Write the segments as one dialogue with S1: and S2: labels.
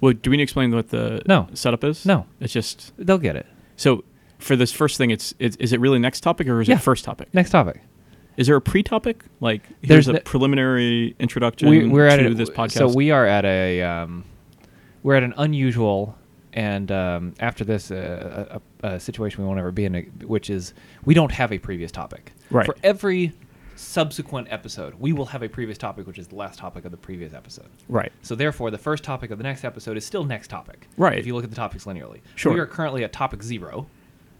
S1: Well, do we need to explain what the
S2: No.
S1: setup is?
S2: No.
S1: It's just
S2: They'll get it.
S1: so for this first thing, it's, it's is it really next topic or is
S2: Yeah.
S1: it first topic?
S2: Next topic.
S1: Is there a pre-topic? Like
S2: There's
S1: here's a
S2: no-
S1: preliminary introduction
S2: We, we're at
S1: to
S2: a,
S1: this podcast.
S2: So we are at a um, we're at an unusual and um, after this uh, a, a, a situation we won't ever be in, which is we don't have a previous topic.
S1: Right.
S2: For every subsequent episode, we will have a previous topic, which is the last topic of the previous episode.
S1: right.
S2: So therefore, the first topic of the next episode is still next topic.
S1: Right.
S2: If you look at the topics linearly.
S1: Sure.
S2: We are currently at topic zero,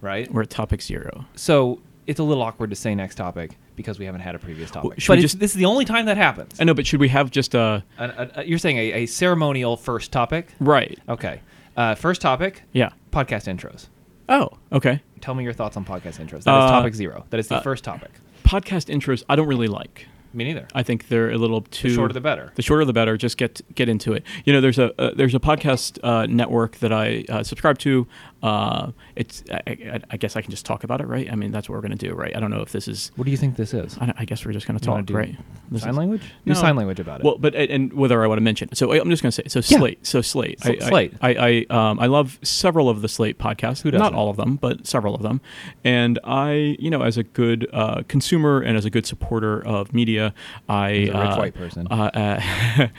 S2: right?
S1: We're at topic zero.
S2: so it's a little awkward to say next topic because we haven't had a previous topic.
S1: should
S2: but
S1: we
S2: it's-
S1: just-
S2: this is the only time that happens.
S1: I know, but should we have just a
S2: An- an- uh, you're saying a, a ceremonial first topic?
S1: right?
S2: Okay. Uh, first topic,
S1: Yeah.
S2: podcast intros.
S1: Oh, okay.
S2: Tell me your thoughts on podcast intros. That
S1: Uh,
S2: is topic zero. That is the
S1: uh,
S2: first topic.
S1: Podcast intros, I don't really like.
S2: Me neither.
S1: I think they're a little too
S2: shorter the better.
S1: The shorter the better. Just get get into it. You know, there's a uh, there's a podcast uh, network that I uh, subscribe to. Uh, it's I, I, I guess I can just talk about it, right? I mean, that's what we're gonna do, right? I don't know if this is.
S2: what do you think this is?
S1: I, don't- I guess we're just gonna
S2: You wanna
S1: talk,
S2: do
S1: right? This
S2: sign
S1: is-
S2: language? Do
S1: No.
S2: sign language about it.
S1: Well, but and- and whether I want to mention, so I- I'm just going to say, so
S2: Yeah.
S1: Slate, so Slate,
S2: Sl-
S1: I, I-
S2: Slate.
S1: I I, um, I love several of the Slate podcasts.
S2: Who
S1: Not
S2: doesn't?
S1: all of them, but several of them. And I, you know, as a good uh, consumer and as a good supporter of media, I
S2: He's a rich
S1: uh,
S2: white person.
S1: Uh, uh,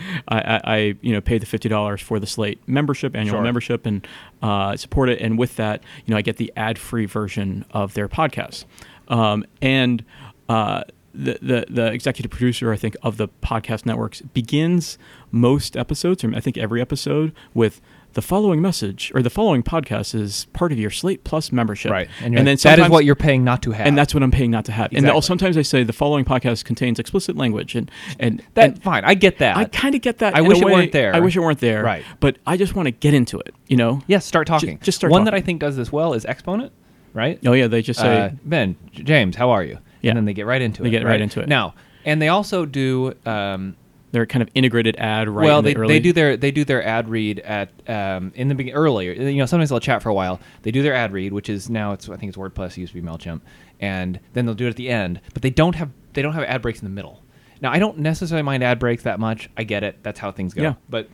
S1: I, I, I, you know, pay the fifty dollars for the Slate membership, annual
S2: Sure.
S1: membership, and uh, support it. And with that, you know, I get the ad-free version of their podcast. Um, and uh, the, the the executive producer, I think, of the podcast networks begins most episodes, or I think every episode, with the following message or the following podcast is part of your Slate Plus membership.
S2: right. And, you're like, that is
S1: sometimes-
S2: what you're paying not to have.
S1: and that's what I'm paying not to have. And
S2: Exactly.
S1: they'll- sometimes I say the following podcast contains explicit language, and and
S2: that,
S1: and-
S2: fine. I get that.
S1: I kind of get that.
S2: I
S1: in a
S2: wish it
S1: way.
S2: weren't there.
S1: I wish it weren't there.
S2: Right.
S1: But I just want to get into it. You know.
S2: Yes, start talking.
S1: just start
S2: One that
S1: talking.
S2: I think does this well is Exponent, right?
S1: Oh yeah, they just say
S2: Uh, ben, J- James, how are you?
S1: Yeah.
S2: And then they get right into
S1: They
S2: it.
S1: get right into it.
S2: Now, and they also do. Um,
S1: they're kind of integrated ad right.
S2: well,
S1: in the
S2: they,
S1: early-
S2: they do their they do their ad read at um, in the begin earlier. You know, sometimes they'll chat for a while. They do their ad read, which is now it's I think it's WordPress it used to be Mailchimp, and then they'll do it at the end. But they don't have they don't have ad breaks in the middle. Now, I don't necessarily mind ad breaks that much. I get it. That's how things go.
S1: Yeah.
S2: But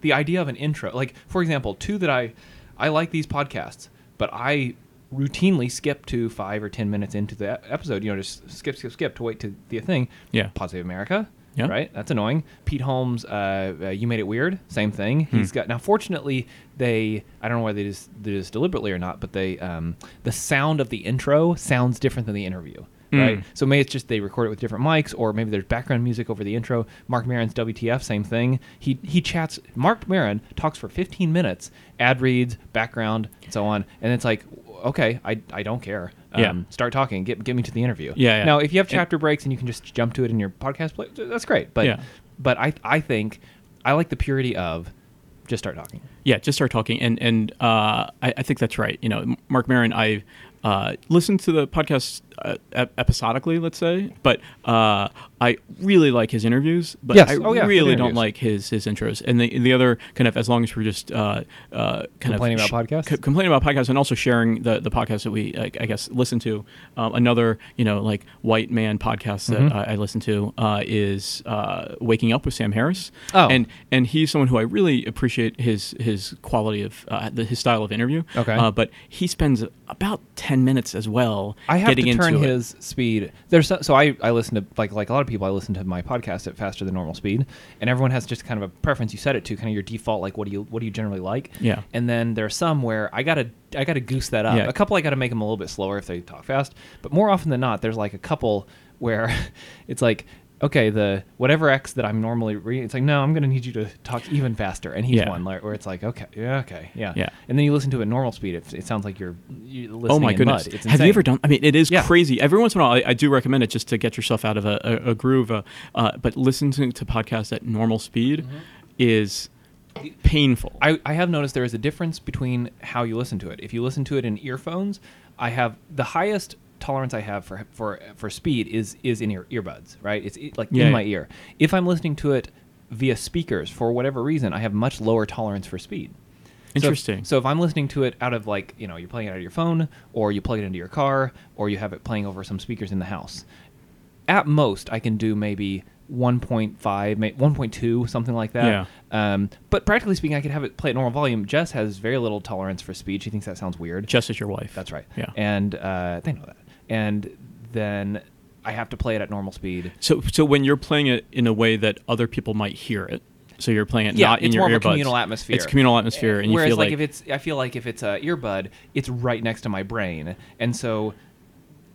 S2: the idea of an intro like for example two that i i like these podcasts but i routinely skip to five or ten minutes into the e- episode you know just skip skip skip to wait to the thing
S1: Yeah.
S2: positive america
S1: Yeah.
S2: right that's annoying pete holmes uh, uh, you made it weird same thing
S1: Hmm.
S2: he's got now fortunately they i don't know whether they just did this deliberately or not but they um, the sound of the intro sounds different than the interview right
S1: Mm.
S2: so maybe it's just they record it with different mics, or maybe there's background music over the intro. Mark Maron's WTF, same thing. He he chats. Mark Maron talks for 15 minutes, ad reads, background, and so on. And it's like, okay, I, I don't care. Um,
S1: Yeah.
S2: Start talking. Get get me to the interview.
S1: Yeah, yeah.
S2: Now, if you have
S1: And-
S2: chapter breaks and you can just jump to it in your podcast play, that's great. But
S1: Yeah.
S2: but I I think I like the purity of just start talking.
S1: Yeah, just start talking, and and uh, I, I think that's right. You know, M- Mark Maron, I uh, listen to the podcast uh, ep- episodically, let's say, but uh, I really like his interviews, but
S2: Yes.
S1: I
S2: Oh, yeah, good
S1: really
S2: interviews.
S1: don't like his his intros. And the the other kind of as long as we're just uh, uh, kind
S2: Complaining
S1: of
S2: about podcasts?
S1: co- complaining about podcasts, and also sharing the the podcast that we I, I guess listen to. Um, another you know like white man podcast that
S2: Mm-hmm.
S1: I, I listen to uh, is uh, Waking Up with Sam Harris.
S2: Oh.
S1: and and he's someone who I really appreciate his his quality of uh, the, his style of interview.
S2: Okay.
S1: uh, but he spends about ten minutes as well.
S2: I have
S1: getting
S2: to turn
S1: into it.
S2: his speed. There's so, so I, I listen to like like a lot of people I listen to my podcast at faster than normal speed, and everyone has just kind of a preference you set it to, kind of your default like what do you what do you generally like?
S1: Yeah.
S2: And then there are some where I gotta I gotta goose that up.
S1: Yeah.
S2: A couple I gotta make them a little bit slower if they talk fast, but more often than not, there's like a couple where it's like. Okay, the whatever X that I'm normally reading, it's like no, I'm gonna need you to talk even faster, and he's
S1: Yeah.
S2: one like, where it's like okay, yeah, okay, yeah,
S1: Yeah.
S2: and then you listen to it at normal speed, it, it sounds like you're, you're listening.
S1: Oh my
S2: in
S1: goodness!
S2: mud. It's
S1: Have you
S2: insane.
S1: ever done? I mean, it is
S2: Yeah.
S1: crazy. Every once in a while, I, I do recommend it just to get yourself out of a, a, a groove. Uh, uh, but listening to podcasts at normal speed is painful.
S2: Mm-hmm. I, I have noticed there is a difference between how you listen to it. If you listen to it in earphones, I have the highest tolerance I have for for for speed is is in ear earbuds, right? It's i- like
S1: Yeah,
S2: in
S1: yeah.
S2: my ear. If I'm listening to it via speakers for whatever reason, I have much lower tolerance for speed. So if-
S1: Interesting.
S2: So if, I'm listening to it out of like, you know, you're playing it out of your phone or you plug it into your car or you have it playing over some speakers in the house. At most, I can do maybe 1.5, may- 1.2, something like that. Yeah. Um, but practically speaking, I could have it play at normal volume. Jess has very little tolerance for speech. He thinks that sounds weird.
S1: Just as your wife.
S2: That's right.
S1: Yeah.
S2: And uh, they know that. And then I have to play it at normal speed.
S1: so so when you're playing it in a way that other people might hear it, so you're playing it
S2: Yeah,
S1: not in
S2: it's
S1: your
S2: more
S1: earbuds.
S2: of a communal atmosphere.
S1: It's communal atmosphere, and you
S2: Whereas,
S1: feel
S2: like,
S1: like,
S2: if it's, I feel like if it's a earbud, it's right next to my brain, and so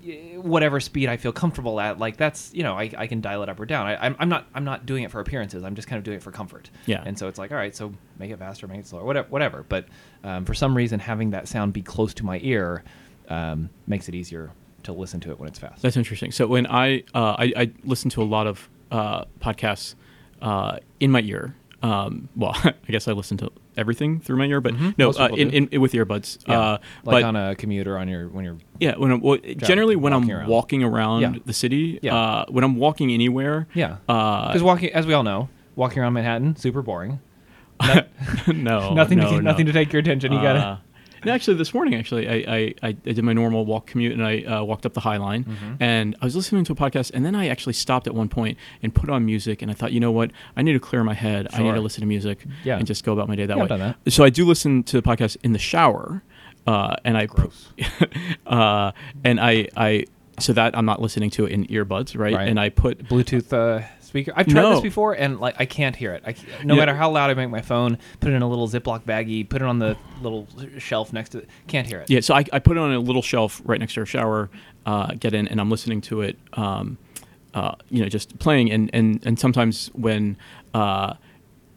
S2: y- whatever speed I feel comfortable at, like that's you know I, I can dial it up or down. I, I'm, I'm not I'm not doing it for appearances. I'm just kind of doing it for comfort.
S1: Yeah.
S2: And so it's like all right, so make it faster, make it slower, whatever, whatever. But um, for some reason, having that sound be close to my ear um, makes it easier to listen to it when it's fast.
S1: That's interesting. So when I uh, I, I listen to a lot of uh, podcasts uh, in my ear. Um, well, I guess I listen to everything through my ear, but
S2: Mhm.
S1: no,
S2: Most
S1: uh,
S2: people
S1: in,
S2: do.
S1: in, with earbuds.
S2: Yeah.
S1: Uh, but
S2: like on a commuter on your when you're
S1: yeah, when I'm well, generally when I'm
S2: walking around.
S1: walking around
S2: Yeah.
S1: the city,
S2: Yeah.
S1: uh, when I'm walking anywhere,
S2: yeah
S1: uh,
S2: because walking as we all know walking around Manhattan super boring
S1: no,
S2: nothing
S1: no,
S2: to,
S1: no.
S2: nothing to take your attention you gotta
S1: Uh, no, actually, this morning, actually, I, I, I I did my normal walk commute and I uh, walked up the High Line
S2: Mm-hmm.
S1: and I was listening to a podcast and then I actually stopped at one point and put on music and I thought, you know what, I need to clear my head. I need
S2: Sure.
S1: to listen to music
S2: Yeah.
S1: and just go about my day that
S2: Yeah,
S1: way.
S2: I've done
S1: So I do listen to the podcast in the shower, uh, and I
S2: Gross.
S1: uh, and I I so that I'm not listening to it in earbuds, right?
S2: Right.
S1: And I put
S2: Bluetooth uh, speaker. I've tried
S1: No.
S2: this before, and like I can't hear it. I, c- no
S1: Yeah.
S2: matter how loud I make my phone, put it in a little Ziploc baggie, put it on the little shelf next to it, can't hear it.
S1: Yeah, so I, I put it on a little shelf right next to our shower, uh, get in, and I'm listening to it, um, uh, you know, just playing. And, and, and sometimes when, uh,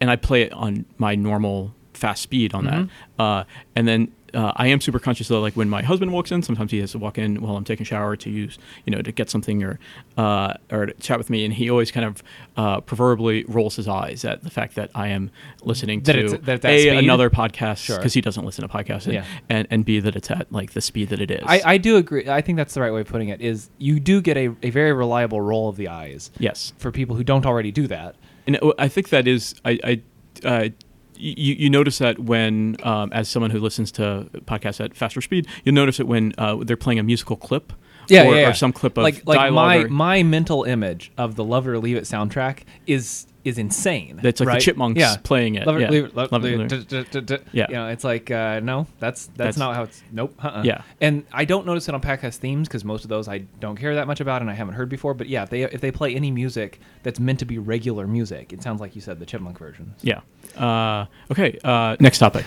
S1: and I play it on my normal fast speed on
S2: Mm-hmm.
S1: that. Uh, and then uh, I am super conscious of like when my husband walks in, sometimes he has to walk in while I'm taking a shower to use, you know, to get something or, uh, or to chat with me. And he always kind of uh, proverbially rolls his eyes at the fact that I am listening
S2: That
S1: to
S2: it's- that it's that
S1: a,
S2: speed?
S1: another podcast because
S2: Sure.
S1: he doesn't listen to podcasts and,
S2: Yeah.
S1: and and b that it's at like the speed that it is
S2: I, I do agree. I think that's the right way of putting it. Is you do get a, a very reliable roll of the eyes
S1: yes
S2: for people who don't already do that.
S1: and uh, i think that is i i uh, you, you notice that when, um, as someone who listens to podcasts at faster speed, you'll notice it when uh, they're playing a musical clip, or, or some clip of
S2: like like
S1: dialogue or-
S2: my my mental image of the Love It or Leave It soundtrack is is insane.
S1: That's like the
S2: right?
S1: Chipmunks
S2: yeah.
S1: playing it.
S2: Love it,
S1: Yeah.
S2: leave it, love,
S1: Love it,
S2: leave it.
S1: leave
S2: duh, duh, duh, duh.
S1: Yeah.
S2: You know, it's like uh, no, that's that's,
S1: That's-
S2: not how it's. Nope. Uh-uh.
S1: Yeah.
S2: And I don't notice it on podcast themes because most of those I don't care that much about and I haven't heard before. But yeah, if they if they play any music that's meant to be regular music, it sounds like you said the Chipmunk version.
S1: Yeah. Uh, okay. Uh, next topic.